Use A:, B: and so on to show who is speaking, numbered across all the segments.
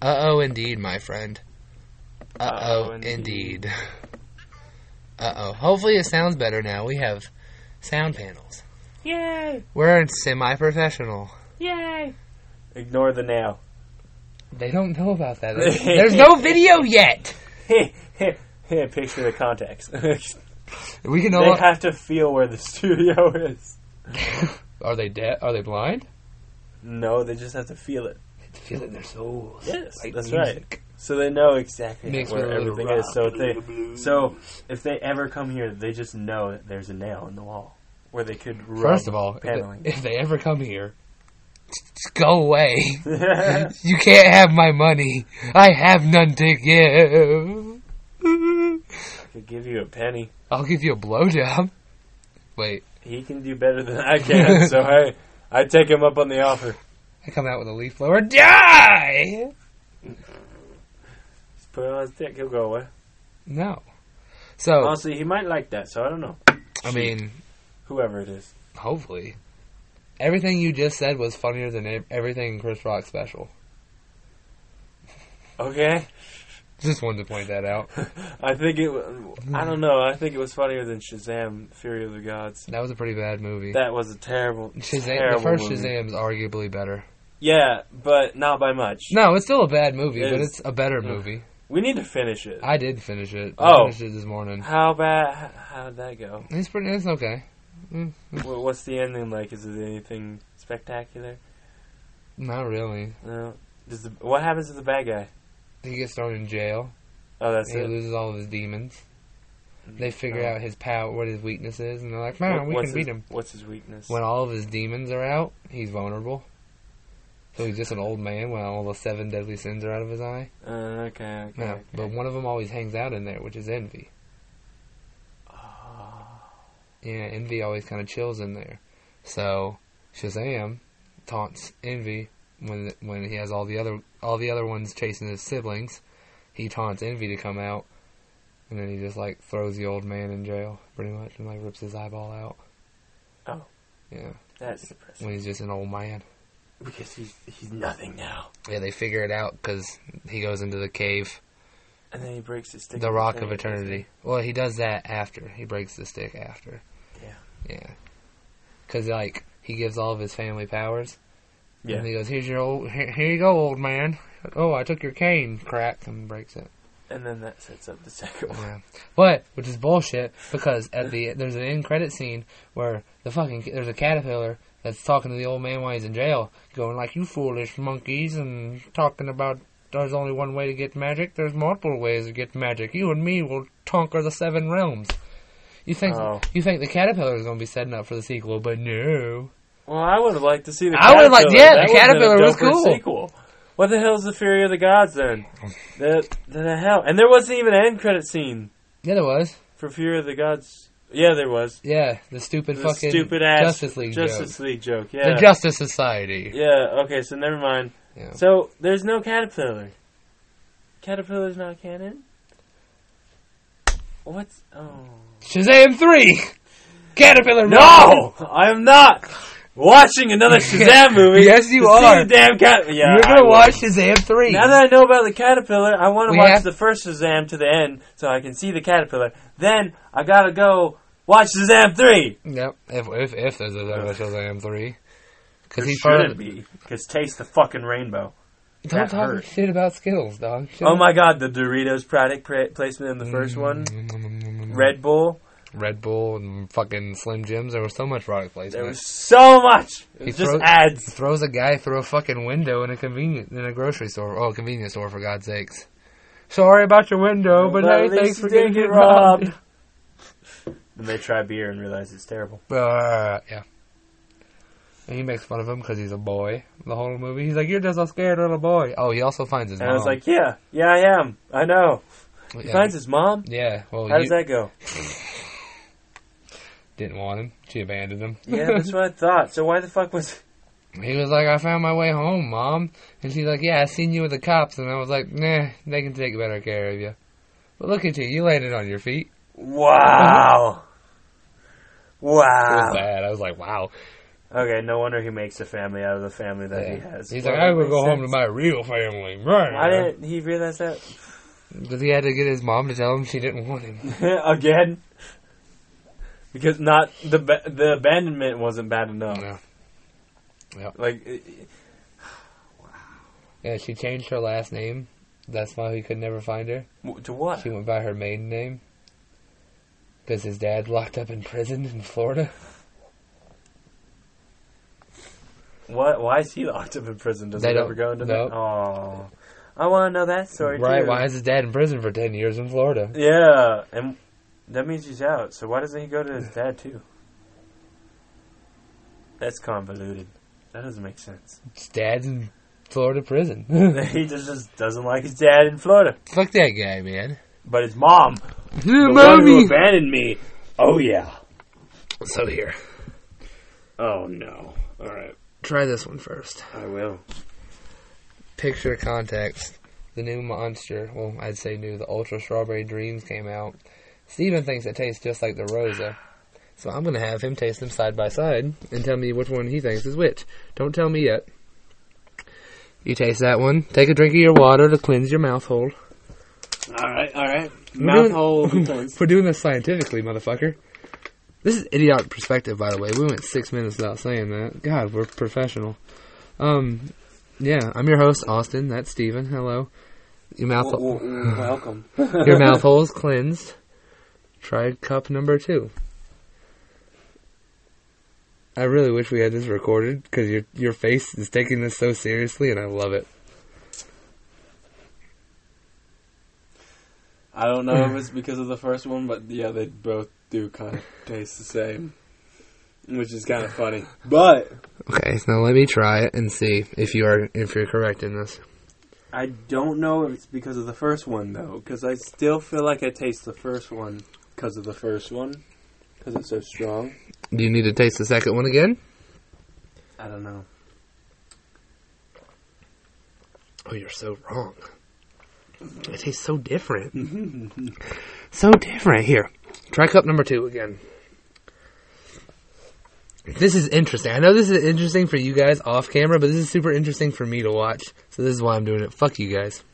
A: Uh oh, indeed, my friend. Uh
B: Uh-oh,
A: oh, indeed. Uh oh. Hopefully, it sounds better now. We have sound panels.
B: Yay!
A: We're semi professional.
B: Yay! Ignore the nail.
A: They don't know about that. There's, there's no video yet!
B: Picture the context. they
A: We can all.
B: have to feel where the studio is.
A: are they dead? Are they blind?
B: No, they just have to feel it.
A: Feel in their souls.
B: Yes,
A: Like
B: that's
A: music.
B: right. So they know exactly
A: Makes me
B: where
A: wanna
B: everything
A: rock
B: is. So if they, so if they ever come here, they just know that there's a nail in the wall where they could.
A: First
B: rub
A: of all, if
B: paneling.
A: they, if they ever come here, just go away. You can't have my money. I have none to give.
B: could give you a penny.
A: I'll give you a blowjob. Wait,
B: He can do better than I can. so I, I take him up on the offer.
A: I come out with a leaf blower. Die!
B: Just put it on his dick. He'll go away.
A: No. So,
B: Honestly, he might like that. So I don't know.
A: I mean,
B: Whoever it is.
A: hopefully. Everything you just said was funnier than ev- everything in Chris Rock special.
B: Okay.
A: Just wanted to point that out.
B: I think it. wa- I don't know. I think it was funnier than Shazam: Fury of the Gods.
A: That was a pretty bad movie.
B: That was a terrible,
A: Shazam,
B: terrible
A: the first
B: movie.
A: Shazam's arguably better.
B: Yeah, but not by much.
A: No, it's still a bad movie,
B: It
A: but
B: is.
A: it's a better
B: Yeah.
A: movie.
B: We need to finish it.
A: I did finish it. I
B: Oh.
A: finished it this morning.
B: How bad? h- How did that go?
A: It's pretty. It's okay.
B: Wha- What's the ending like? Is it anything spectacular?
A: Not really.
B: No. Does the, what happens to the bad guy?
A: He gets thrown in jail.
B: Oh, that's
A: he
B: it.
A: loses all of his demons. They figure
B: Oh.
A: out his power, what his weakness is, and they're like,
B: What-
A: "Man, we
B: what's
A: can beat
B: his,
A: him."
B: What's his weakness?
A: When all of his demons are out, he's vulnerable. So he's just an old man when all the seven deadly sins are out of his eye.
B: uh, okay. okay,
A: Yeah,
B: okay.
A: but one of them always hangs out in there, which is envy.
B: Ah,
A: Yeah, envy always kind of chills in there. So Shazam taunts envy when when he has all the other all the other ones chasing his siblings. He taunts envy to come out, and then he just like throws the old man in jail pretty much, and like rips his eyeball out.
B: Oh.
A: yeah,
B: that's depressing.
A: when he's just an old man.
B: Because he's he's nothing now.
A: Yeah, they figure it out because he goes into the cave,
B: And then he breaks his stick.
A: the
B: in
A: Rock of
B: face.
A: Eternity. Well, he does that after he breaks the stick after.
B: Yeah.
A: yeah, because like he gives all of his family powers.
B: Yeah.
A: And he goes, "Here's your old, here, here you go, old man." Oh, I took your cane, crack, and breaks it.
B: And then that sets up the second one.
A: Yeah. But which is bullshit because at the there's an end credit scene where the fucking there's a caterpillar that's talking to the old man while he's in jail, going like, "You foolish monkeys," and talking about there's only one way to get magic. There's multiple ways to get magic. You and me will conquer the seven realms. You think
B: Oh.
A: you think the caterpillar is going to be setting up for the sequel, but no.
B: Well, I would have liked to see the.
A: I would've liked- yeah,
B: Caterpillar.
A: the
B: That would've been
A: Caterpillar
B: a
A: was
B: doper
A: cool.
B: Sequel. What the hell is the Fury of the Gods then? the, the, the hell, and there wasn't even an end credit scene
A: Yeah, there was.
B: for Fury of the Gods. Yeah, there was.
A: Yeah, the stupid
B: The
A: fucking
B: stupid ass
A: Justice League joke.
B: Justice League joke. Yeah.
A: The Justice Society.
B: yeah. Okay. So never mind.
A: Yeah.
B: So there's no caterpillar. Caterpillar's not canon. What's oh
A: Shazam 3! Caterpillar Mountain.
B: no? I am not watching another Shazam movie.
A: Yes, you
B: to see
A: are.
B: the damn cat. Yeah,
A: You're
B: I
A: gonna
B: will.
A: watch Shazam 3.
B: Now that I know about the caterpillar, I want to
A: We
B: watch
A: have-
B: the first Shazam to the end so I can see the caterpillar. Then I gotta go watch Shazam three.
A: Yep, if, if, if there's another Shazam 3. Because he
B: shouldn't
A: found-
B: be. Because taste the fucking rainbow.
A: Don't
B: That
A: talk
B: hurt.
A: shit about skills, dog. Mm, Shut
B: Oh
A: up.
B: my god, the Doritos product pra- placement in the first one.
A: mm,
B: Red Bull.
A: Red Bull and fucking Slim Jims. There was so much product placement.
B: There was so much. It
A: He
B: was just
A: throws-
B: ads.
A: Throws a guy through a fucking window in a convenience in a grocery store. Oh, convenience store for God's sakes. Sorry about your window, but,
B: But at
A: hey,
B: least
A: thanks
B: you
A: for getting
B: didn't
A: it
B: get robbed.
A: robbed.
B: And they try beer and realize it's terrible.
A: Uh, yeah. And he makes fun of him because he's a boy. The whole movie, he's like, "You're just a scared little boy." Oh, he also finds his
B: And
A: mom.
B: I was like, yeah, yeah, I am. I know. He
A: yeah,
B: finds his mom.
A: yeah. Well,
B: How
A: you
B: does that go?
A: didn't want him. She abandoned him.
B: Yeah, that's what I thought. So why the fuck was?
A: he was like, "I found my way home, mom," and she's like, "Yeah, I seen you with the cops," and I was like, "Nah, they can take better care of you." But look at you, you landed on your feet.
B: Wow.
A: It was
B: Wow.
A: bad. I was like, "Wow."
C: Okay, no wonder he makes a family out of the family that he
A: Yeah.
C: has.
A: He's
C: Well,
A: like, I
C: that
A: will go
C: makes
A: home to
C: sense.
A: my real family.
C: Why didn't he realize that
A: Because he had to get his mom to tell him she didn't want him.
C: again? Because not the ba- the abandonment wasn't bad enough.
A: Yeah.
C: Like, it- it-
A: yeah, she changed her last name. That's why he could never find her.
C: w- to what?
A: She went by her maiden name. Because his dad's locked up in prison in Florida.
C: What? Why is he locked up in prison? Does
A: They
C: it ever
A: don't-
C: go into
A: no.
C: that? Oh, I want to know that story
A: right?
C: too.
A: Why is his dad in prison for 10 years in Florida?
C: Yeah, and that means he's out. So why doesn't he go to his dad too? That's convoluted. That doesn't make sense.
A: His dad's in Florida prison.
C: he just, just doesn't like his dad in Florida,
A: Fuck that guy, man.
C: but his mom, the one who abandoned me. Oh yeah.
A: So here,
C: Oh no. All right,
A: try this one first.
C: I will.
A: picture context. The new monster, well, I'd say new, the Ultra Strawberry Dreams came out. Steven thinks it tastes just like the Rosa. So I'm going to have him taste them side by side and tell me which one he thinks is which. Don't tell me yet. You taste that one. Take a drink of your water to cleanse your mouth hole.
C: All right, all right.
A: We're doing-
C: hole
A: We're doing this scientifically, motherfucker. This is idiotic perspective, by the way. We went six minutes without saying that. God, we're professional. Um, yeah, I'm your host, Austin. That's Steven. Hello. Your mouth,
C: mm, Welcome.
A: your mouth hole is cleansed. Try cup number two. I really wish we had this recorded because your your face is taking this so seriously, and I love it.
B: I don't know if it's because of the first one, but yeah, they both do kind of taste the same, which is kind of funny. But
A: Okay, so now let me try it and see if you are if you're correct in this.
B: I don't know if it's because of the first one though, because I still feel like I taste the first one because of the first one, because it's so strong.
A: Do you need to taste the second one again?
B: I don't know.
A: Oh, you're so wrong. It tastes so different. so different. Here, try cup number two again. This is interesting. I know this is interesting for you guys off camera, but this is super interesting for me to watch. So this is why I'm doing it. Fuck you guys.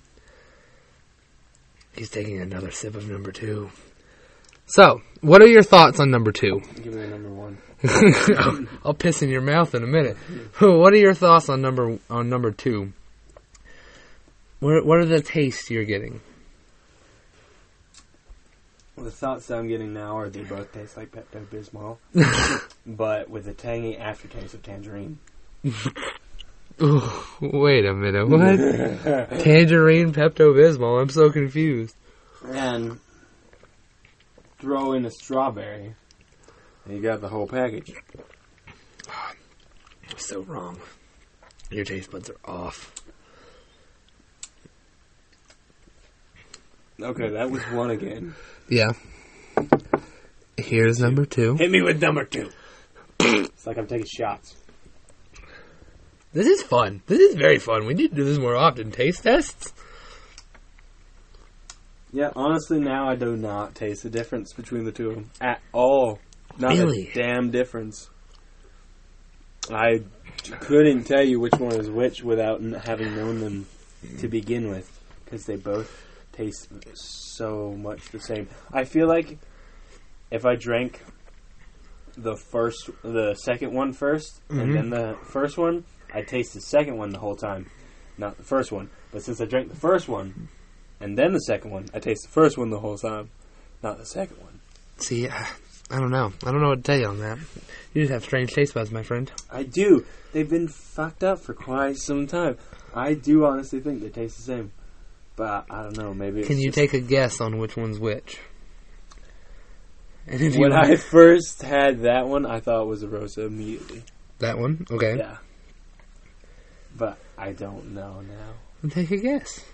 A: He's taking another sip of number two. So, what are your thoughts on number two?
B: Give me the number one.
A: I'll, I'll piss in your mouth in a minute. what are your thoughts on number on number two? What what are the tastes you're getting?
B: Well, the thoughts that I'm getting now are they both taste like Pepto Bismol, but with a tangy aftertaste of tangerine.
A: Ooh, wait a minute, what? Tangerine Pepto Bismol. I'm so confused.
B: and throw in a strawberry, and you got the whole package.
A: You're so wrong. Your taste buds are off.
B: Okay, that was one again.
A: Yeah. Here's number two.
B: Hit me with number two. it's like I'm taking shots.
A: This is fun. This is very fun. We need to do this more often. Taste tests.
B: Yeah, honestly, now I do not taste the difference between the two of them at all. Not
A: Really?
B: a damn difference. I couldn't tell you which one is which without n- having known them to begin with, because they both taste so much the same. I feel like if I drank the first, the second one first,
A: Mhm.
B: and then the first one, I taste the second one the whole time, not the first one. But since I drank the first one and then the second one, I taste the first one the whole time, not the second one.
A: See, I, I don't know. I don't know what to tell you on that. You just have strange taste buds, my friend.
B: I do. They've been fucked up for quite some time. I do honestly think they taste the same, but I don't know. Maybe it's
A: Can you
B: just-
A: take a guess on which one's which? And if
B: When
A: you
B: I first had that one, I thought it was a rosa immediately.
A: that one, okay.
B: Yeah. But I don't know now.
A: And Take a guess.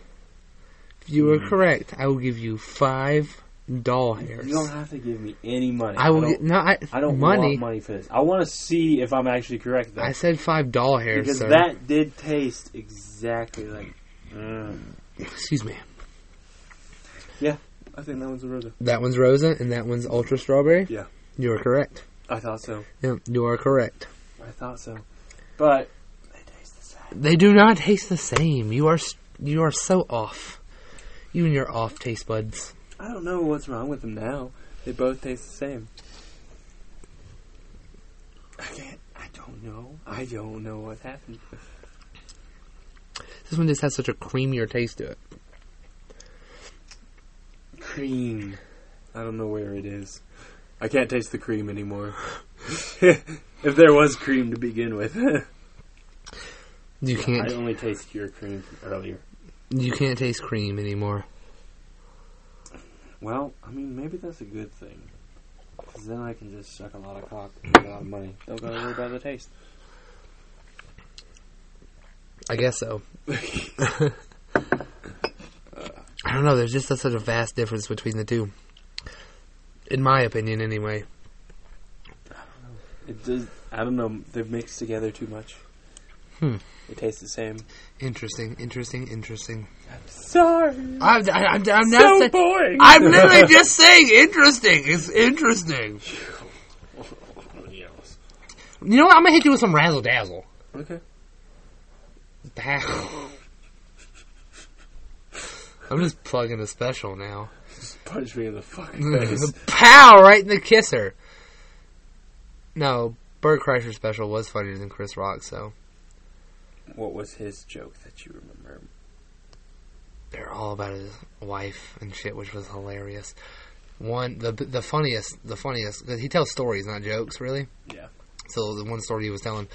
A: If you were correct, I will give you five doll hairs.
B: Hmm. You don't have to give me any money.
A: I will
B: don't,
A: get no. I,
B: I don't
A: money.
B: want money for this. I want to see if I'm actually correct though.
A: I said five doll hairs,
B: because
A: sir.
B: that did taste exactly like. uh,
A: Excuse me.
B: I think that one's a Rosa.
A: That one's Rosa, and that one's Ultra Strawberry.
B: Yeah.
A: you are correct.
B: I thought so.
A: Yeah, you are correct.
B: I
D: I thought so. But they taste the same.
A: They do not taste the same. You are s- you are so off. You and your off taste buds.
D: I don't know what's wrong with them now. They both taste the same. I can't. I don't know. I don't know what happened.
A: This one just has such a creamier taste to it.
D: Cream. I don't know where it is. I can't taste the cream anymore. if there was cream to begin with,
A: You
D: I
A: can't
D: only taste your cream from earlier.
A: you can't taste cream anymore.
D: Well, I mean, maybe that's a good thing. Because then I can just suck a lot of cock and make a lot of money. Don't gotta worry about the taste.
A: I guess so. I don't know. There's just a, such a vast difference between the two, in my opinion, anyway.
D: It does. I don't know. They're mixed together too much.
A: Hmm.
D: They taste the same.
A: Interesting, interesting, interesting.
D: Sorry.
A: I'm, I, I'm, I'm not
D: So
A: saying-
D: boring.
A: I'm literally just saying interesting. It's interesting. You know what? I'm gonna hit you with some razzle dazzle.
D: Okay.
A: Pow. I'm just plugging a special now.
D: Just punch me in the fucking face.
A: Mm. Pow! Right in the kisser. No, Bert Kreischer special was funnier than Chris Rock, so
D: what was his joke that you remember?
A: they're all about his wife and shit, which was hilarious. One the the funniest the funniest 'cause he tells stories, not jokes, really.
D: Yeah.
A: So the one story he was telling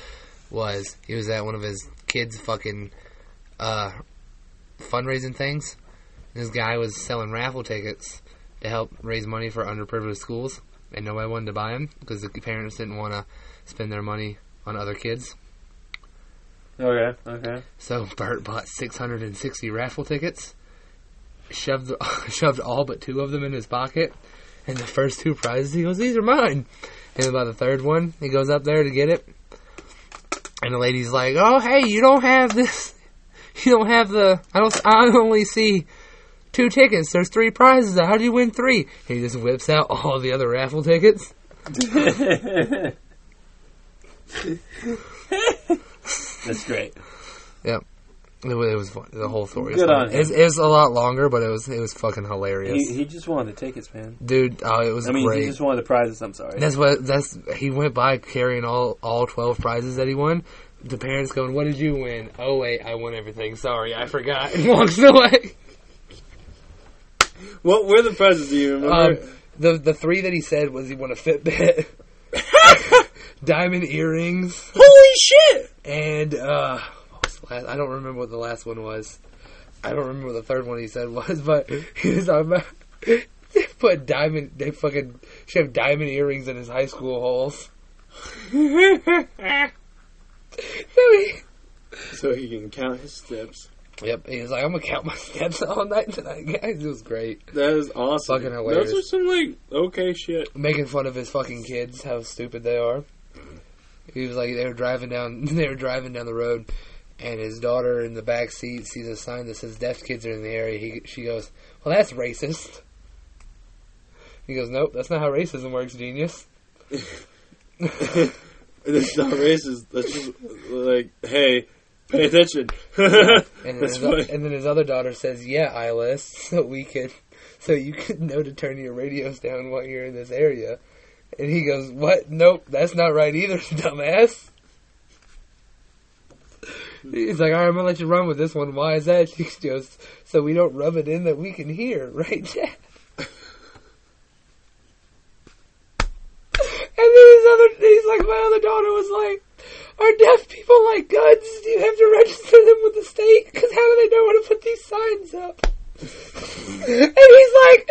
A: was he was at one of his kids' fucking uh, fundraising things. This guy was selling raffle tickets to help raise money for underprivileged schools, and nobody wanted to buy them because the parents didn't want to spend their money on other kids.
D: Okay. Okay.
A: So Bert bought 660 raffle tickets, shoved shoved all but two of them in his pocket, and the first two prizes he goes, "These are mine." And about the third one, he goes up there to get it, and the lady's like, "Oh, hey, you don't have this. You don't have the. I don't. I only see." Two tickets. There's three prizes. How do you win three? And he just whips out all the other raffle tickets.
D: That's great.
A: It was, it was fun. the whole story.
D: Good
A: was
D: on
A: fun.
D: him.
A: It, was- it was a lot longer, but it was it was fucking hilarious,
D: He, he just wanted the tickets, man.
A: dude. Oh, it was.
D: I mean,
A: great.
D: he just wanted the prizes. I'm sorry.
A: That's what. That's he went by carrying all all twelve prizes that he won. The parents going, "What did you win?" Oh wait, I won everything. Sorry, I forgot. And walks away.
D: What were the prizes? Do you
A: Um, the the three that he said was he won a Fitbit, diamond earrings,
D: Holy shit!
A: and uh, what was the last? I don't remember what the last one was. I don't remember what the third one he said was, but he was talking about. They put diamond. They fucking shoved diamond earrings in his high school holes. So he-
D: So he can count his steps.
A: Yep, he was like, I'm gonna count my steps all night tonight, guys. It was great.
D: That is awesome.
A: Fucking hilarious.
D: Those are some like okay shit.
A: Making fun of his fucking kids, how stupid they are. He was like, they were driving down, they were driving down the road, and his daughter in the back seat sees a sign that says "Deaf kids are in the area." He, she goes, "Well, that's racist." He goes, "Nope, that's not how racism works, genius."
D: That's not racist. That's just like, hey, pay attention.
A: And then,
D: That's
A: his,
D: funny.
A: and then his other daughter says, "Yeah, Eyeless, so we can, so you can know to turn your radios down while you're in this area." And he goes, "What? Nope, that's not right either, dumbass." He's like, "All right, I'm gonna let you run with this one. Why is that?" She goes, "So we don't rub it in that we can hear, right, Dad?" and then his other, he's like, "My other daughter was like." Are deaf people like guns? Do you have to register them with the state? Because how do they know where to put these signs up? and he's like,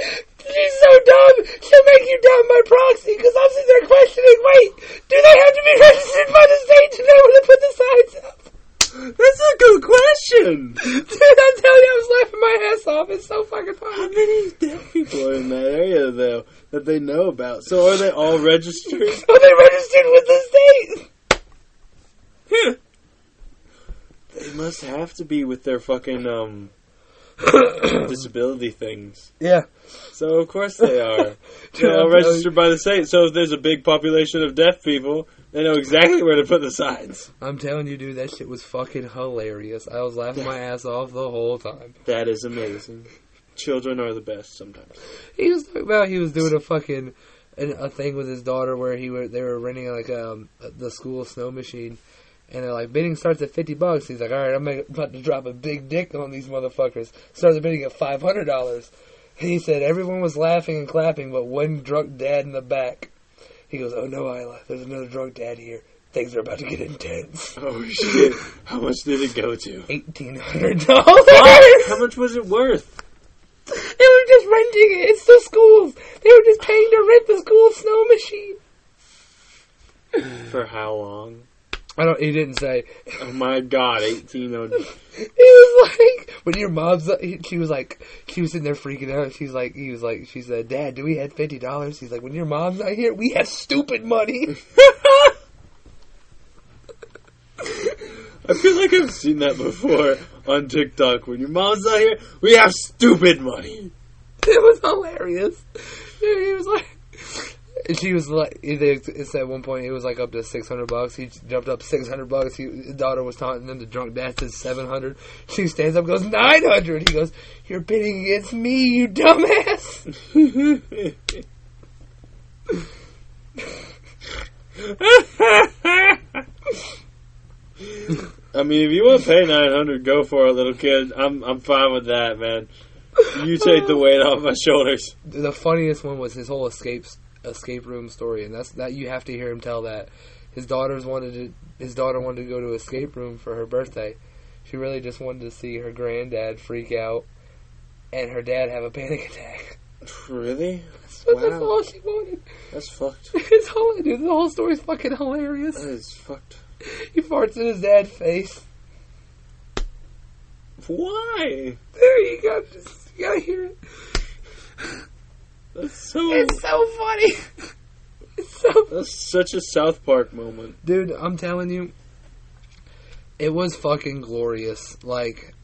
A: she's so dumb, she'll make you dumb by proxy. Because I'm sitting there questioning, wait, do they have to be registered by the state to know where to put the signs up?
D: That's a good question.
A: Dude, I'm telling you, I was laughing my ass off. It's so fucking funny.
D: many deaf people are in that area though that they know about? So are they all registered?
A: Are they registered with the state?
D: they must have to be with their fucking um disability things.
A: Yeah.
D: So of course they are. They're all
A: I'm telling you.
D: registered by the state. So if there's a big population of deaf people, They know exactly where to put the signs.
A: I'm telling you, dude, that shit was fucking hilarious. I was laughing my ass off the whole time.
D: That is amazing. Children are the best sometimes.
A: He was talking about he was doing a fucking an- a thing with his daughter where he were they were renting like um the school snow machine, and they're like bidding starts at fifty bucks. He's like, all right, I'm gonna- about to drop a big dick on these motherfuckers. Starts bidding at five hundred dollars. He said everyone was laughing and clapping, but one drunk dad in the back. He goes, oh no, Isla, there's another drunk dad here. Things are about to get intense.
D: Oh shit! How much did it go to?
A: Eighteen hundred dollars.
D: How much was it worth?
A: They were just renting it. It's the schools. They were just paying to rent the school snow machine.
D: For how long?
A: I don't. He didn't say.
D: Oh my god, eighteen oh
A: He was like, when your mom's, he- she was like, she was sitting there freaking out. She's like, he was like, she said, Dad, do we have fifty dollars? He's like, when your mom's not here, we have stupid money.
D: I feel like I've seen that before on TikTok. When your mom's not here, we have stupid money.
A: it was hilarious. Dude, he was like, and she was like, they it's at one point it was like up to six hundred bucks. He jumped up six hundred bucks. He, his daughter was taunting them. The drunk dad said seven hundred. She stands up, goes nine hundred. He goes, "You're bidding against me, you dumbass."
D: I mean, if you want to pay nine hundred, go for it, little kid. I'm I'm fine with that, man. You take the weight off my shoulders.
A: The funniest one was his whole escape escape room story, and that's that you have to hear him tell that. His daughters wanted to, his daughter wanted to go to escape room for her birthday. She really just wanted to see her granddad freak out and her dad have a panic attack.
D: Really?
A: So That's
D: Wow.
A: all she wanted.
D: That's fucked.
A: It's all I dude. The whole story's fucking hilarious.
D: is fucked.
A: He farts in his dad's face.
D: Why?
A: There you go. Just, you gotta hear it.
D: That's so.
A: It's so funny. It's so.
D: That's such a South Park moment.
A: Dude, I'm telling you, it was fucking glorious. Like,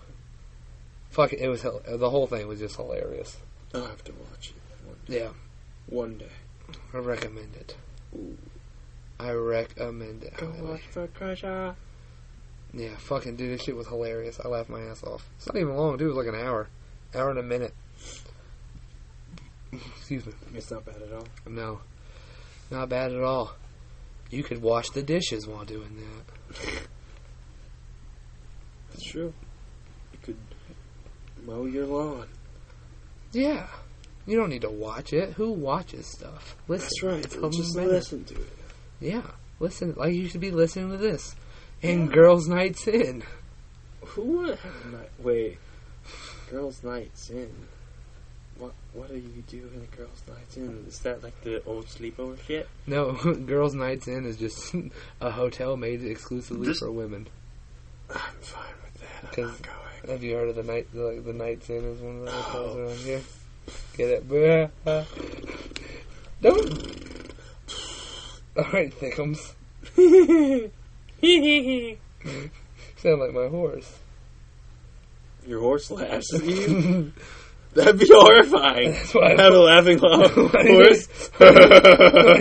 A: fuck, it was hil- the whole thing was just hilarious.
D: I'll have to watch it
A: Yeah,
D: one day.
A: I recommend it.
D: Ooh.
A: I recommend it.
D: Go watch for Crusher.
A: Yeah, fucking dude, this shit was hilarious. I laughed my ass off. It's not even long, dude. It was like an hour, hour and a minute. Excuse me.
D: It's not bad at all.
A: No, not bad at all. You could wash the dishes while doing that.
D: It's true. You could mow your lawn.
A: Yeah, you don't need to watch it. Who watches stuff? Listen.
D: That's right.
A: It's called
D: Just
A: minute.
D: listen to it.
A: Yeah, listen. Like you should be listening to this. And girls' nights in.
D: Who would have a night? Wait, girls' nights in. What What do you do in a girls' nights in? Is that like the old sleepover shit?
A: No, girls' nights in is just a hotel made exclusively
D: Just-
A: for women.
D: I'm fine with that. I'm
A: 'Cause-
D: not going.
A: Have you heard of the night the, the Knights Inn is one of the hotels around here? Get it? Bruh. Don't. All right, Thickums. Sound like my horse.
D: Your horse laughs. at you?
A: That's
D: That'd be horrifying.
A: why I
D: Have a laughing laugh.
A: Why do you
D: horse.
A: Why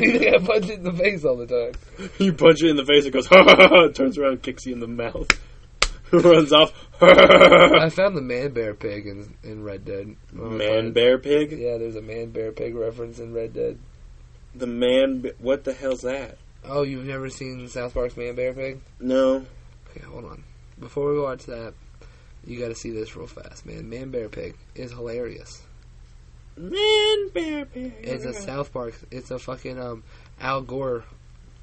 A: do you think I punch it in the face all the time?
D: you punch it in the face. It goes. turns around, kicks you in the mouth. Runs off.
A: I found the man bear pig in, in Red Dead. When I was
D: man
A: playing-
D: bear pig.
A: Yeah, there's a man bear pig reference in Red Dead.
D: The man. Be- what the hell's that?
A: Oh, you've never seen South Park's man bear pig?
D: No.
A: Okay, hold on. Before we watch that, you got to see this real fast, man. Man bear pig is hilarious.
D: Man bear pig.
A: It's a South Park. It's a fucking um, Al Gore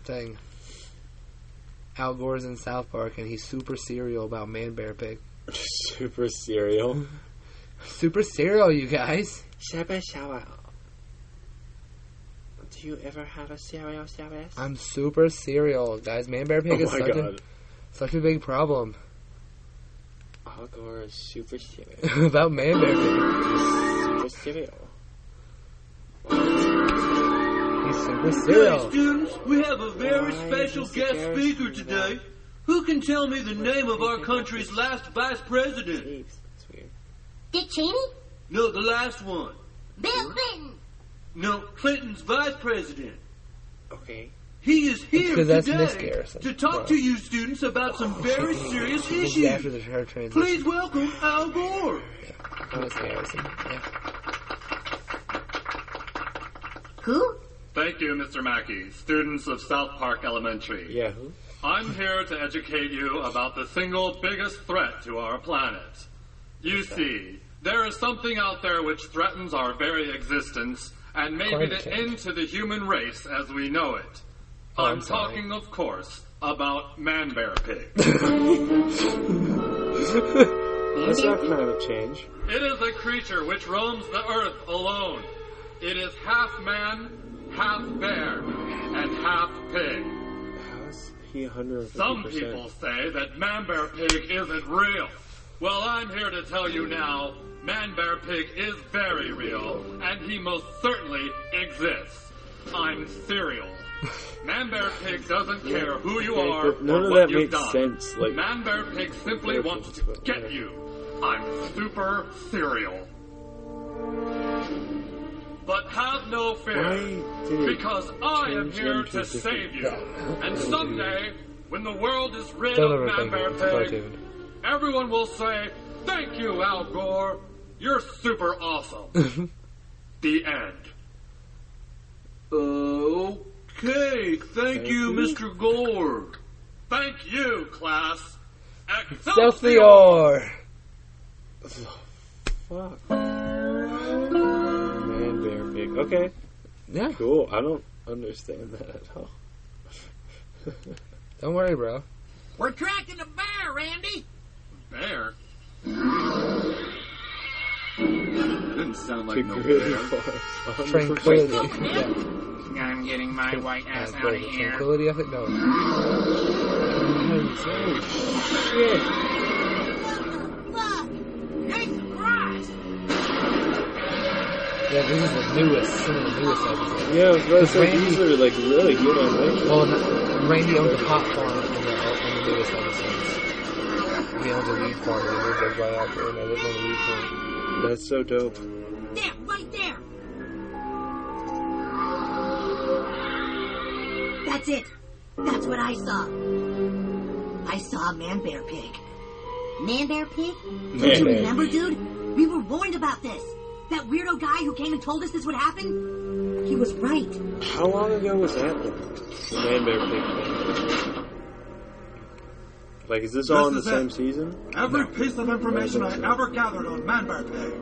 A: thing. Al Gore's in South Park, and he's super serial about Man Bear Pig.
D: Super cereal.
A: Super serial, you guys.
D: Shabba shower. Do you ever have a cereal service?
A: I'm super serial, guys. Man Bear Pig
D: oh
A: is
D: my
A: such a,
D: god.
A: such a big problem
D: Algor is super cereal.
A: about Man Bear Pig.
D: super cereal.
A: He's super
E: Hey,
A: serial.
E: students, we have a very
D: Why
E: special
D: is
E: guest
D: there
E: speaker
D: something
E: today. Who can tell me the name of our country's last vice president?
D: Leaves. It's weird.
F: Dick Cheney?
E: No, the last one.
F: Bill Clinton?
E: No, Clinton's vice president.
D: Okay.
E: He is here
A: because that's Miss
E: today
A: Garrison.
E: to talk to you students about some very serious
A: This is after
E: issues.
A: the her transition.
E: Please welcome Al Gore.
A: Miss Garrison. Yeah.
F: Who?
G: Thank you, Mr. Mackey, students of South Park Elementary.
D: Yeah.
G: I'm here to educate you about the single biggest threat to our planet. You see, there is something out there which threatens our very existence and maybe
A: Climate
G: the
A: change.
G: end to the human race as we know it.
A: Oh, I'm
G: I'm
A: sorry.
G: talking, of course, about man bear pig.
D: That's not climate change.
G: It is a creature which roams the earth alone. It is half man, half bear, and half pig.
D: How is he 150%?
G: Some people say that Man Bear Pig isn't real. Well, I'm here to tell you now, Man Bear Pig is very real, and he most certainly exists. I'm serial. Man Bear Pig doesn't care who you
D: Okay,
G: are
D: but none
G: or
D: of
G: what
D: that
G: you've
D: makes
G: done.
D: sense, like-
G: Man Bear Pig simply wants to get you. I'm super serial. But have no fear.
D: Why did it
G: Because I am
D: change
G: here
D: them to
G: to
D: a different-
G: save you. And someday, when the world is rid
A: Tell
G: of Man
A: everything.
G: Bear
A: It's about
G: Pig,
A: David.
G: everyone will say, Thank you, Al Gore. You're super awesome. the end.
E: Okay, thank you, Mr. Gore.
G: Thank you, class. Excelsior!
A: Excelsior!
D: Fuck. Man, bear pig. Okay,
A: Yeah,
D: cool. I don't understand that at all.
A: don't worry, bro.
F: We're tracking a bear, Randy.
G: Bear? Didn't sound
D: He
G: like no
D: really
G: bear.
D: was.
A: Tranquility. yeah.
F: I'm getting my white ass out of
A: Tranquility.
F: here.
A: Tranquility, I think. No.
D: Oh,
F: Look! Hey, surprise!
A: Yeah, this is the newest, some of the newest episodes.
D: shit. Yeah, I was about to say,
A: Randy-
D: these are like really good on that.
A: Well, no, Randy owns a pot farm in the, in the newest episodes. He owns a weed farm. He lives like right out there, and I live on a weed farm.
D: That's so dope.
F: There, right there. That's it. That's what I saw. I saw a man bear pig. Man bear pig? Don't you
D: Man.
F: remember, dude? We were warned about this. That weirdo guy who came and told us this would happen? He was right.
D: How long ago was that? then? Man, bear pig. thing? Like, is this, all in the
C: This is
D: same
C: it.
D: season?
C: Every piece of information I ever gathered on Man Bear Pig.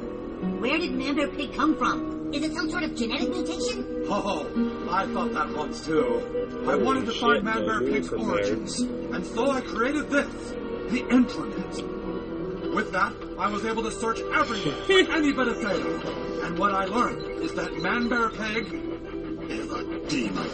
F: Where did man bear pig come from? Is it some sort of genetic mutation?
C: Oh, I thought that once too. I wanted to
D: Holy shit,
C: find Man
D: no,
C: Bear
D: really
C: Pig's
D: from there.
C: origins, and so I created this the intranet. With that, I was able to search everywhere for any bit of data. And what I learned is that Man Bear Pig is a demon.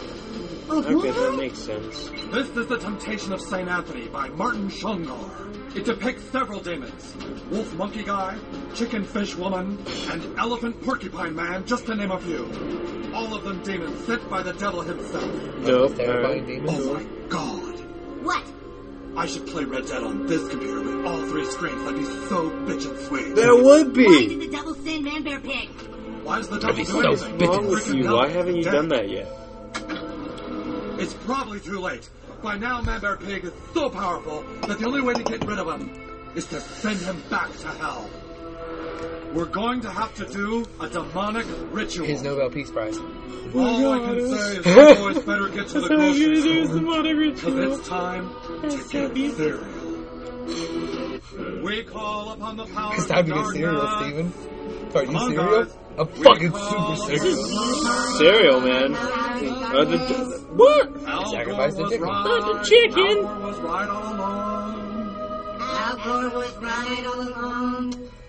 D: Okay, that makes sense.
C: This is The Temptation of St. Anthony by Martin Shongar. It depicts several demons Wolf Monkey Guy, Chicken Fish Woman, and Elephant Porcupine Man, just to name a few. All of them demons sent by the devil himself.
D: Dope.
A: Terrifying
D: alright.
A: demons.
C: Oh my god.
F: What?
C: I should play Red Dead on this computer with all three screens. That'd be so bitchin' sweet.
D: There would
F: Why did
D: be!
F: the devil send man bear pig?
C: Why does the devil
A: That'd be
C: do
A: so
C: anything?
A: bitchin'
C: It's
D: Wrong with
C: freaking
D: you.
C: devil.
D: Why haven't you
C: Dead.
D: done that yet?
C: It's probably too late. By now, Man Bear Pig is so powerful that the only way to get rid of him is to send him back to hell. We're going to have to do a demonic ritual.
A: His Nobel Peace Prize.
C: All I can say is you always better get to the grocery store because it's time to get serial. We call upon the power
A: It's
C: of
A: time
C: the
A: to get
C: dark
A: serial,
C: knight.
A: Steven. Are you
C: Come on,
A: serial?
C: guys.
A: I'm
C: We
A: fucking
C: call
A: super
C: upon
A: serial.
D: Cereal, man. Uh, the, what?
C: Al
A: Sacrifice
C: Gore
A: the
C: was
A: chicken.
C: Right.
A: Not
C: the chicken. was right all along.
F: Al Gore was right all along.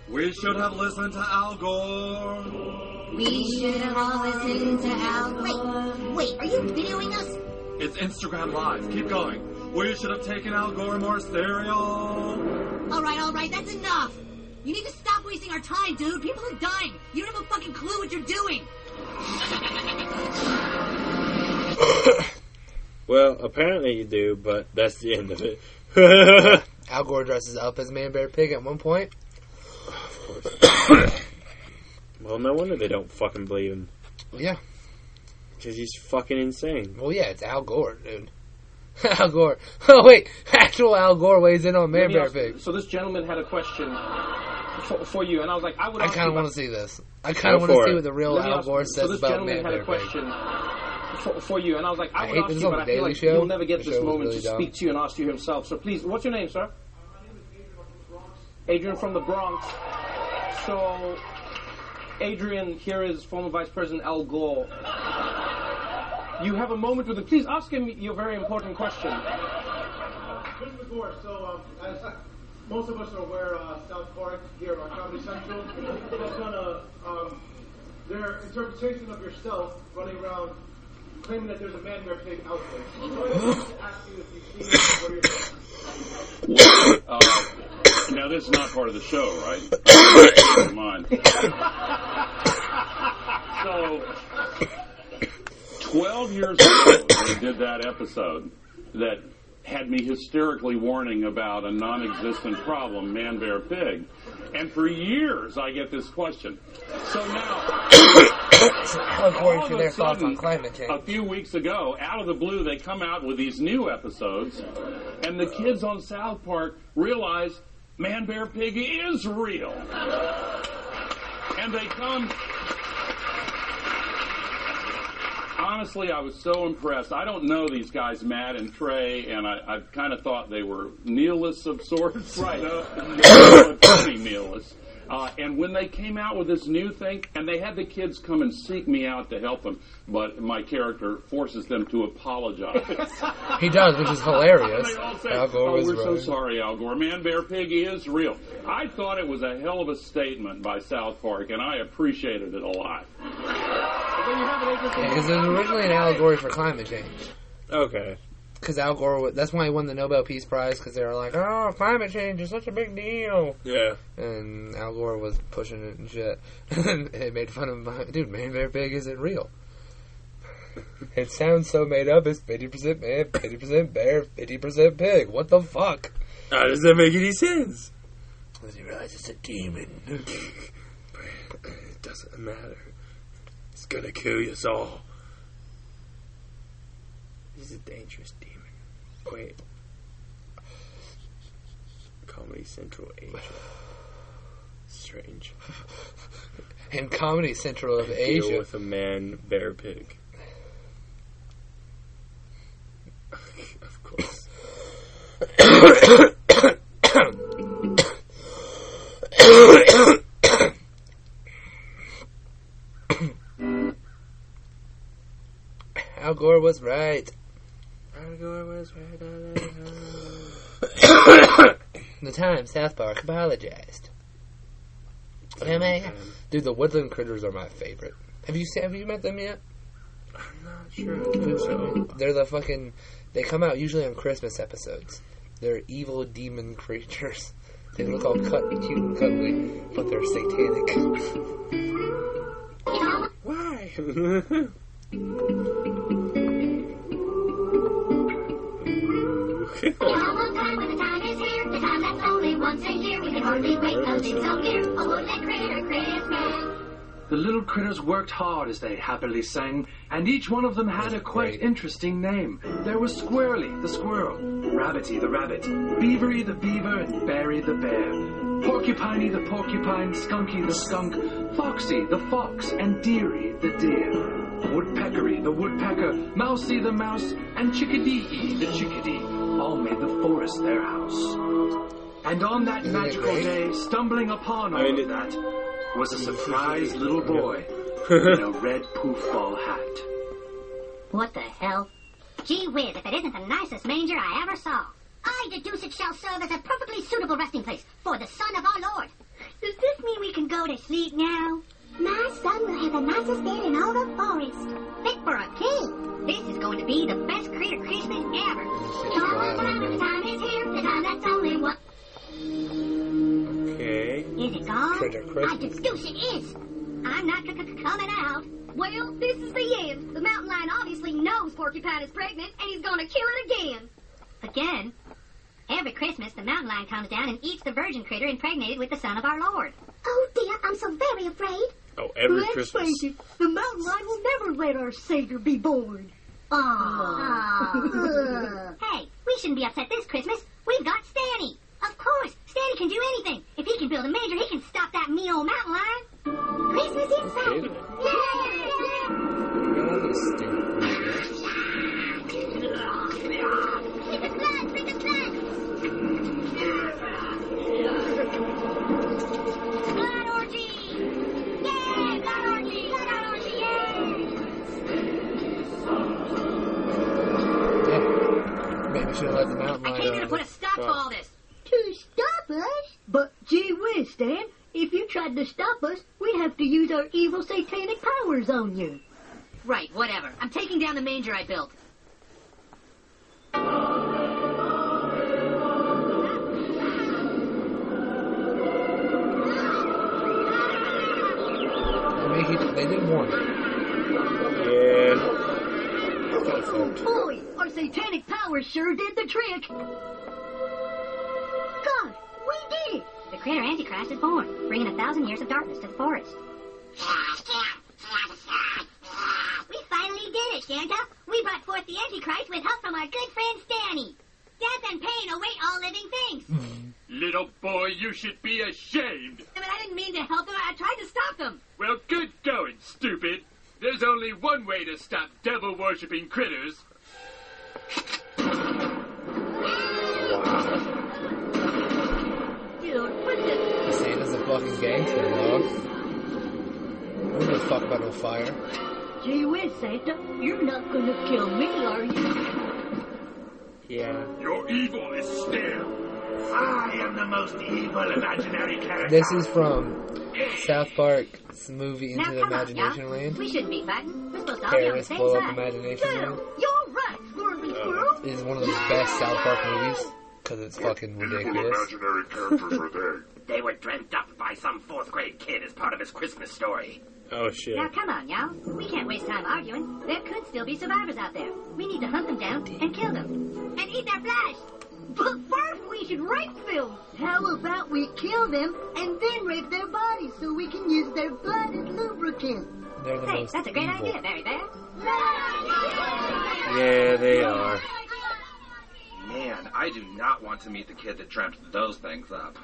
C: We should have listened to Al Gore.
F: We should have all listened to Al Gore. Wait, wait, are you videoing us?
C: It's Instagram Live. Keep going. We should have taken Al Gore more cereal.
F: All right, all right, that's enough. You need to stop wasting our time, dude. People are dying. You don't have a fucking clue what you're doing.
D: Well, apparently you do, but that's the end of it. of
A: Al Gore dresses up as Man Bear Pig at one point.
D: course. well, no wonder they don't fucking believe him.
A: Yeah.
D: Because he's fucking insane.
A: Well, yeah, it's Al Gore, dude. Al Gore. Oh wait, actual Al Gore weighs in on Man
H: Let me
A: Bear
H: ask-
A: Pig.
H: So this gentleman had a question for, for you, and I was like, I would.
A: I
H: ask you
A: kind of
H: about-
A: want to see this. I kind of
D: Go
A: want to
D: for
A: see
D: it.
A: what the real
H: Let me
A: Al
H: ask-
A: Gore
H: so
A: says
H: this
A: about
H: gentleman
A: Man
H: had a
A: Bear Pig.
H: question for, for you, and I was like, I,
A: I
H: would
A: hate
H: ask
A: this
H: you,
A: on
H: but
A: The
H: I feel
A: Daily
H: like
A: Show.
H: you'll never get
A: The
H: this
A: show was
H: moment
A: really
H: to
A: dumb.
H: speak to you and ask you himself. So please, what's your name, sir? Adrian from the Bronx. So, Adrian, here is former Vice President Al Gore. You have a moment with him. Please ask him your very important question.
I: Jim DeGore, so um, as most of us are aware, uh, South Park here on Comedy Central has done a, um, their interpretation of yourself running around claiming that there's a man bear pig out there. So I wanted to ask you if you've seen it, what are your-
J: Uh, now this is not part of the show, right? Never mind. So, twelve years ago, we did that episode that had me hysterically warning about a non-existent problem, man, bear, pig, and for years I get this question. So now.
A: Al Gore
J: All
A: for
J: of
A: their
J: a
A: thoughts
J: sudden,
A: on climate
J: A
A: change.
J: few weeks ago, out of the blue, they come out with these new episodes, and the kids on South Park realize Man Bear Pig is real. And they come. Honestly, I was so impressed. I don't know these guys, Matt and Trey, and I, I kind of thought they were nihilists of sorts. Right. funny nihilists. Uh, and when they came out with this new thing, and they had the kids come and seek me out to help them, but my character forces them to apologize.
A: He does, which is hilarious.
J: They all say,
A: Al Gore
J: oh,
A: was
J: we're so
A: right.
J: sorry, Al Gore. Man, Bear Pig is real. I thought it was a hell of a statement by South Park, and I appreciated it a lot.
A: Yeah, 'cause it was originally an allegory for climate change.
D: Okay.
A: Because Al Gore, wa- that's why he won the Nobel Peace Prize, because they were like, oh, climate change is such a big deal.
D: Yeah.
A: And Al Gore was pushing it and shit. and it made fun of my, dude, Man Bear Pig isn't real. It sounds so made up. It's 50% man, 50% bear, 50% pig. What the fuck?
D: How does that make any sense?
A: Does he realize it's a demon?
D: It doesn't matter. It's gonna kill us all. He's a dangerous demon. Wait. Comedy Central Asia. Strange.
A: And Comedy Central of
D: Deal
A: Asia.
D: with a man bear pig. of course.
A: Al Gore was right. The time South Park apologized. Yeah, man. Dude, the woodland critters are my favorite. Have you seen, have you met them yet?
D: I'm not sure. I think so.
A: They're the fucking. They come out usually on Christmas episodes. They're evil demon creatures. They look all cut, cute and cuddly, but they're satanic.
D: Why? Ooh.
F: Oh,
C: The little critters worked hard as they happily sang, and each one of them had a quite
A: Great.
C: interesting name. There was Squirrely the squirrel, Rabbity the rabbit, Beavery the beaver, and Berry the bear. Porcupiney the porcupine, Skunky the skunk, Foxy the fox, and Deery the deer. Woodpeckery the woodpecker, Mousy the mouse, and Chickadee the chickadee all made the forest their house. And on that
A: Isn't it
C: magical
A: great?
C: day, stumbling upon all
D: I mean,
C: of
D: it-
C: that, was a surprised little boy in a red poof ball hat.
F: What the hell? Gee whiz, if it isn't the nicest manger I ever saw. I deduce it shall serve as a perfectly suitable resting place for the son of our Lord. Does this mean we can go to sleep now? My son will have the nicest bed in all the forest. Fit for a king. This is going to be the best creator Christmas ever. the time is here, the time that's only one.
D: Okay.
F: Is it gone?
A: Critter
F: I
A: Christmas.
F: deduce it is. I'm not c- c- coming out. Well, this is the end. The mountain lion obviously knows Porcupine is pregnant, and he's gonna kill it again. Again? Every Christmas, the mountain lion comes down and eats the virgin critter impregnated with the son of our Lord. Oh dear, I'm so very afraid.
C: Oh, every Christmas.
F: the mountain lion will never let our savior be born. hey, we shouldn't be upset this Christmas. We've got Stanny. Of course, Stanny can do anything. If he can build a manger, he can stop that mean old mountain lion. Christmas
C: Okay.
F: in Yay! Make us glad, make us glad. Glad orgy! Yay, glad orgy, glad orgy, yay!
A: Yeah. Maybe should have let the mountain
F: I
A: lion
F: came here to
A: out.
F: put a stop to all this.
I: To stop us? But gee whiz, Stan, if you tried to stop us, we'd have to use our evil satanic powers on you.
F: Right, whatever. I'm taking down the manger I built.
A: They, make it, they did warn you.
C: Yeah.
I: Oh boy, our satanic powers sure did the trick. God, we did it.
F: The creator Antichrist is born, bringing a thousand years of darkness to the forest.
I: We finally did it, Santa.
F: We brought forth the Antichrist with help from our good friend Stanny. Death and pain await all living things.
G: Little boy, you should be ashamed.
F: I mean, I didn't mean to help them. I tried to stop them.
G: Well, good going, stupid. There's only one way to stop devil worshipping critters.
I: Dude, what the...
A: Santa's a fucking gangster, dog. We don't give a fuck about no fire.
I: Gee whiz, Santa, you're not gonna kill me, are you?
D: Yeah.
G: Your evil is still. I am the most evil imaginary character.
A: This is from South Park's movie
F: now,
A: Into the
F: come on,
A: Imagination
F: y'all.
A: Land.
F: We shouldn't be fighting. We're supposed to all be on the
A: Terrorists
F: same
A: blow up
F: side.
A: Imagination Land.
I: You're right, squirrely squirrel.
A: It is one of the best South Park movies because it's fucking ridiculous.
K: imaginary characters are they?
C: They were dreamt up by some fourth grade kid as part of his Christmas story.
D: Oh shit.
F: Now, come on, y'all. We can't waste time arguing. There could still be survivors out there. We need to hunt them down and kill them. And eat their flesh.
I: But first we should rape them. How about we kill them and then rape their bodies so we can use their blood as lubricant?
A: They're the
F: Hey,
A: most
F: that's a great
A: evil.
F: idea, Barry Bear.
D: Yeah, they are.
C: Man, I do not want to meet the kid that dreamt those things up.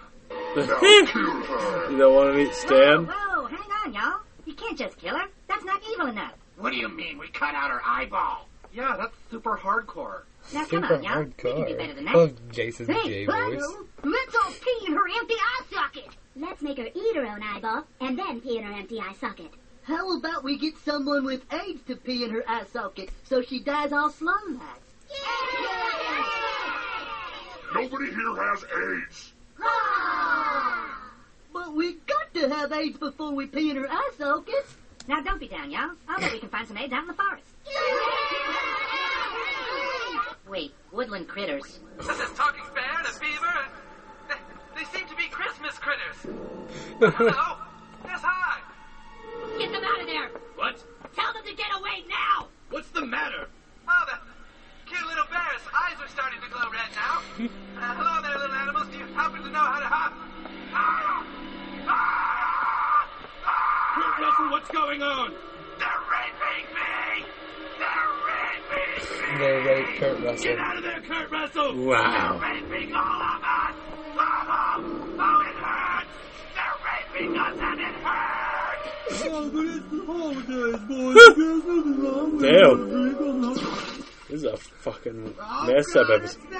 D: you don't want to meet Stan?
F: Whoa, whoa, hang on, y'all. You can't just kill her. That's not evil enough.
C: What do you mean? We cut out her eyeball. Yeah, that's super hardcore.
F: Now, come
A: Super
F: on, y'all. We can do better than
A: hardcore.
F: that.
A: Fuck Jason's
F: Hey,
A: J
F: Bubba,
A: voice.
I: Let's all pee in her empty eye socket.
F: Let's make her eat her own eyeball and then pee in her empty eye socket.
I: How about we get someone with AIDS to pee in her eye socket so she dies all slum like?
K: Nobody here has AIDS.
I: But we got to have AIDS before we pee in her eye socket.
F: Now, don't be down, y'all. I'll bet we can find some eggs out in the forest. Wait, woodland critters.
C: This is Talking Bear and Beaver. They, they seem to be Christmas critters. Hello? Yes, hi.
F: Get them out of there!
G: What?
F: Tell them to get away now!
G: What's the matter?
C: Oh, the cute little bear's eyes are starting to glow red now. Uh, hello there, little animals. Do you happen to know how to hop? Ah! Ah!
G: Kurt Ah, Russell, what's going on?
C: They're raping me! They're raping me!
A: They raped Kurt Russell.
G: Get out of there, Kurt Russell!
D: Wow.
C: raping all of us! Mama! Oh, it hurts! They're raping us and it hurts!
D: Damn. This is a fucking mess up episode.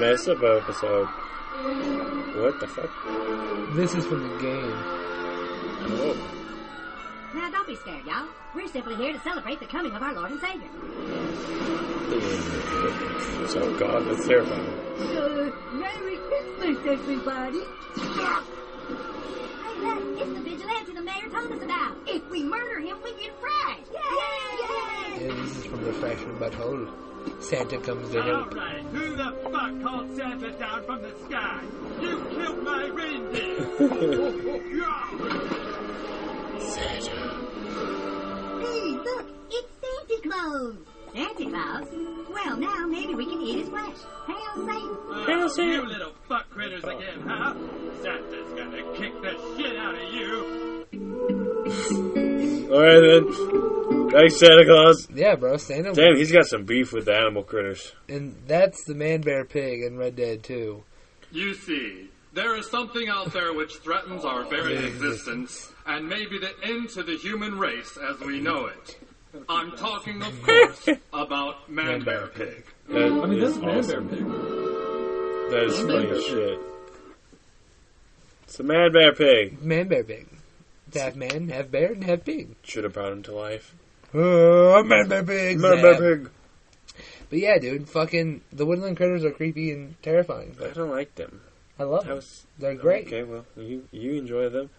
D: Mess up episode. What the fuck?
A: This is from the game.
D: Oh.
F: Now, don't be scared, y'all. We're simply here to celebrate the coming of our Lord and Savior.
D: So god, that's terrifying.
I: So, Merry Christmas, everybody.
F: Hey, look, it's the vigilante the mayor told us about. If we murder him, we get fries. Yay!
A: Yeah, this is from the freshman butthole. Santa comes to help.
G: Alright, who the fuck called Santa down from the sky? You killed my reindeer!
I: Hey, look, it's Santa Claus.
F: Santa Claus? Well, now maybe we can eat his flesh. Hail Satan!
G: Oh, you little fuck critters again, huh? Santa's gonna kick the shit out of you!
D: All right then. Thanks, Santa Claus.
A: Yeah, bro, Santa.
D: Damn, he's got some beef with the animal critters.
A: And that's the man bear pig in Red Dead 2.
G: You see, there is something out there which threatens our very existence and maybe the end to the human race as we know it. I'm talking, of course, about man bear pig.
D: That
G: I mean,
D: is
G: this man bear
D: awesome.
G: pig.
D: That is
G: Man
D: funny
G: bear
D: as
G: pig.
D: shit. It's a man bear pig.
A: Man bear pig. It's half man, half bear, and half pig.
D: Should have brought him to life.
A: Uh, man bear pig.
D: Man bear pig.
A: But yeah, dude, fucking the woodland critters are creepy and terrifying.
D: I don't like them.
A: I love
D: That
A: them.
D: was
A: They're great.
D: Okay, well, you you enjoy them.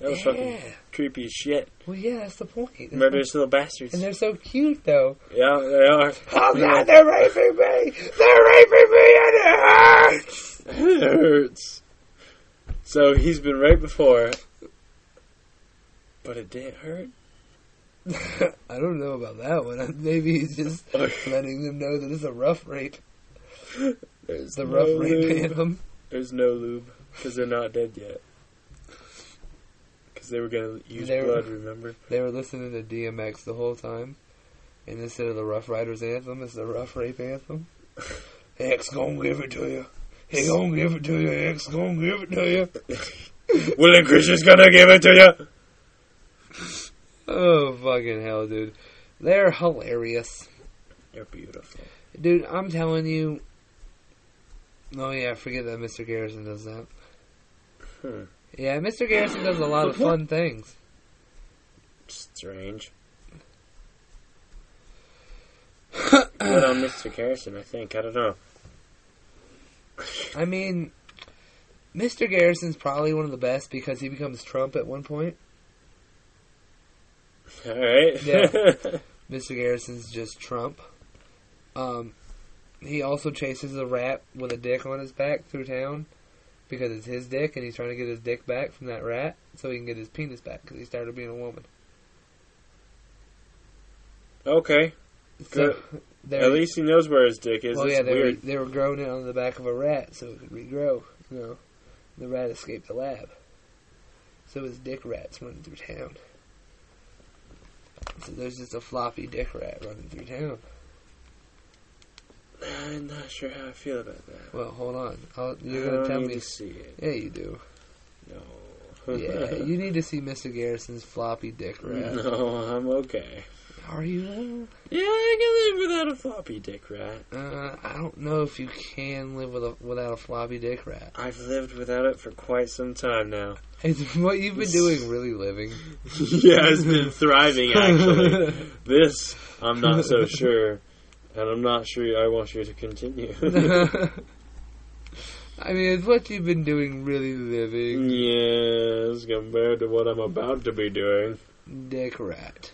D: That was
A: Yeah.
D: fucking creepy as shit.
A: Well, yeah, that's the point.
D: Murderous little bastards.
A: And they're so cute, though.
D: Yeah, they are.
A: Oh
D: Yeah.
A: god, they're raping me! They're raping me, and it hurts!
D: It hurts. So he's been raped before, but it didn't hurt.
A: I don't know about that one. Maybe he's just letting them know that it's a rough rape.
D: There's
A: The rough rape
D: lube.
A: anthem.
D: There's no lube because they're not dead yet. Because they were gonna use
A: They were-
D: blood. Remember?
A: They were listening to DMX the whole time, and instead of the Rough Riders anthem, it's the Rough Rape anthem. X gonna give it to you. He gonna give it to you. X gonna give it to you.
D: Will and Christian's gonna give it to you.
A: Oh fucking hell, dude! They're hilarious,
D: You're beautiful.
A: dude. I'm telling you. Oh yeah, forget that Mr. Garrison does that.
D: Hmm.
A: Yeah, Mr. Garrison does a lot of fun things.
D: Strange. but on Mr. Garrison, I think I don't know.
A: I mean, Mr. Garrison's probably one of the best because he becomes Trump at one point.
D: All right.
A: Yeah. Mr. Garrison's just Trump. Um, he also chases a rat with a dick on his back through town because it's his dick and he's trying to get his dick back from that rat so he can get his penis back because he started being a woman.
D: okay.
A: So
D: Good.
A: they're-
D: At least he knows where his dick is.
A: well, Oh,
D: It's
A: yeah, they were,
D: weird.
A: they were growing it on the back of a rat so it could regrow. You know, the rat escaped the lab, so his dick rat's running through town. So there's just a floppy dick rat running through town.
D: I'm not sure how I feel about that.
A: Well, hold on, I'll,
D: I
A: you're gonna
D: don't
A: tell
D: need
A: me.
D: to see it.
A: Yeah, you do.
D: No.
A: Yeah, you need to see Mr. Garrison's floppy dick rat.
D: No, I'm okay.
A: Are you?
D: Yeah, I can live without a floppy dick rat.
A: though? Uh, I don't know if you can live with a, without a floppy dick rat.
D: I've lived without it for quite some time now.
A: Is what you've been doing really living?
D: yeah, it's been thriving actually. this I'm not so sure, and I'm not sure I want you to continue.
A: I mean, it's what you've been doing really living.
D: yes, compared to what I'm about to be doing.
A: Dick rat.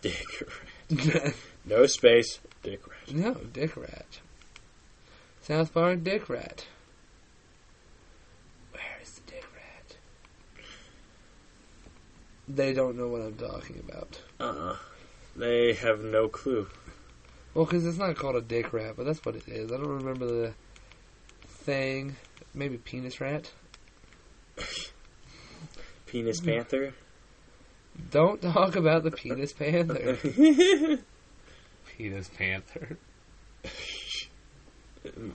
D: Dick rat. no space. Dick rat.
A: No, dick rat. South Park dick rat. Where is the dick rat? They don't know what I'm talking about.
D: Uh. They have no clue.
A: Well, because it's not called a dick rat, but that's what it is. I don't remember the thing. Maybe penis rat.
D: Penis
B: Mm-hmm.
D: panther.
A: Don't talk about the penis panther.
D: Penis panther.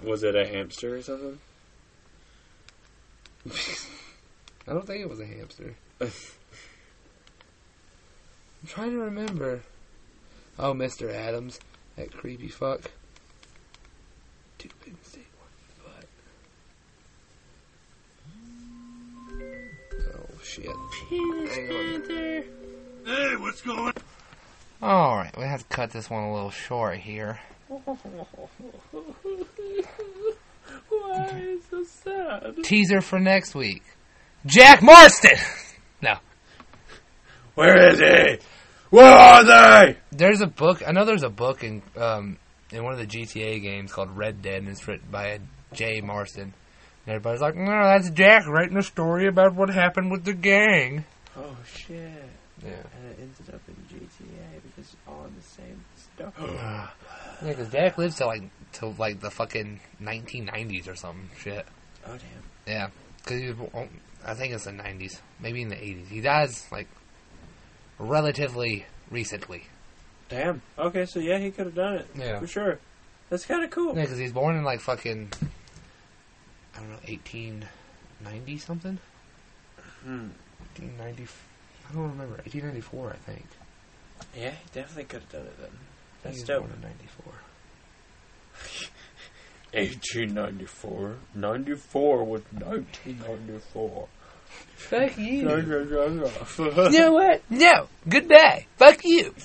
D: Was it a hamster or something?
A: I don't think it was a hamster. I'm trying to remember. Oh, Mr. Adams, that creepy fuck. Two big mistake, one in the butt. Oh shit.
J: Hey, what's going
A: All right, we have to cut this one a little short here.
B: Why is so sad?
A: Teaser for next week. Jack Marston. No.
D: Where is he? Where are they?
A: There's a book. I know there's a book in um, in one of the GTA games called Red Dead, and it's written by a Jay Marston. And everybody's like, "No, that's Jack writing a story about what happened with the gang."
B: Oh shit.
A: Yeah.
B: And it ended up in GTA because it's all in the same stuff.
A: yeah, because Jack lives to like till like the fucking 1990s or some shit.
B: Oh damn.
A: Yeah, because I think it's the 90s, maybe in the 80s. He dies like relatively recently.
D: Damn. Okay, so yeah, he could have done it.
A: Yeah.
D: For sure. That's kind of cool.
A: Yeah, because he was born in like fucking, I don't know, 1890 something?
D: Hmm.
A: 1890, I don't remember, 1894 I think.
D: Yeah, he definitely could have done it then.
A: he
D: That's
A: was
D: dope.
A: born in 94.
D: 1894. 94 was 1994.
A: Fuck you.
D: you
A: know what? No. Good day. Fuck you.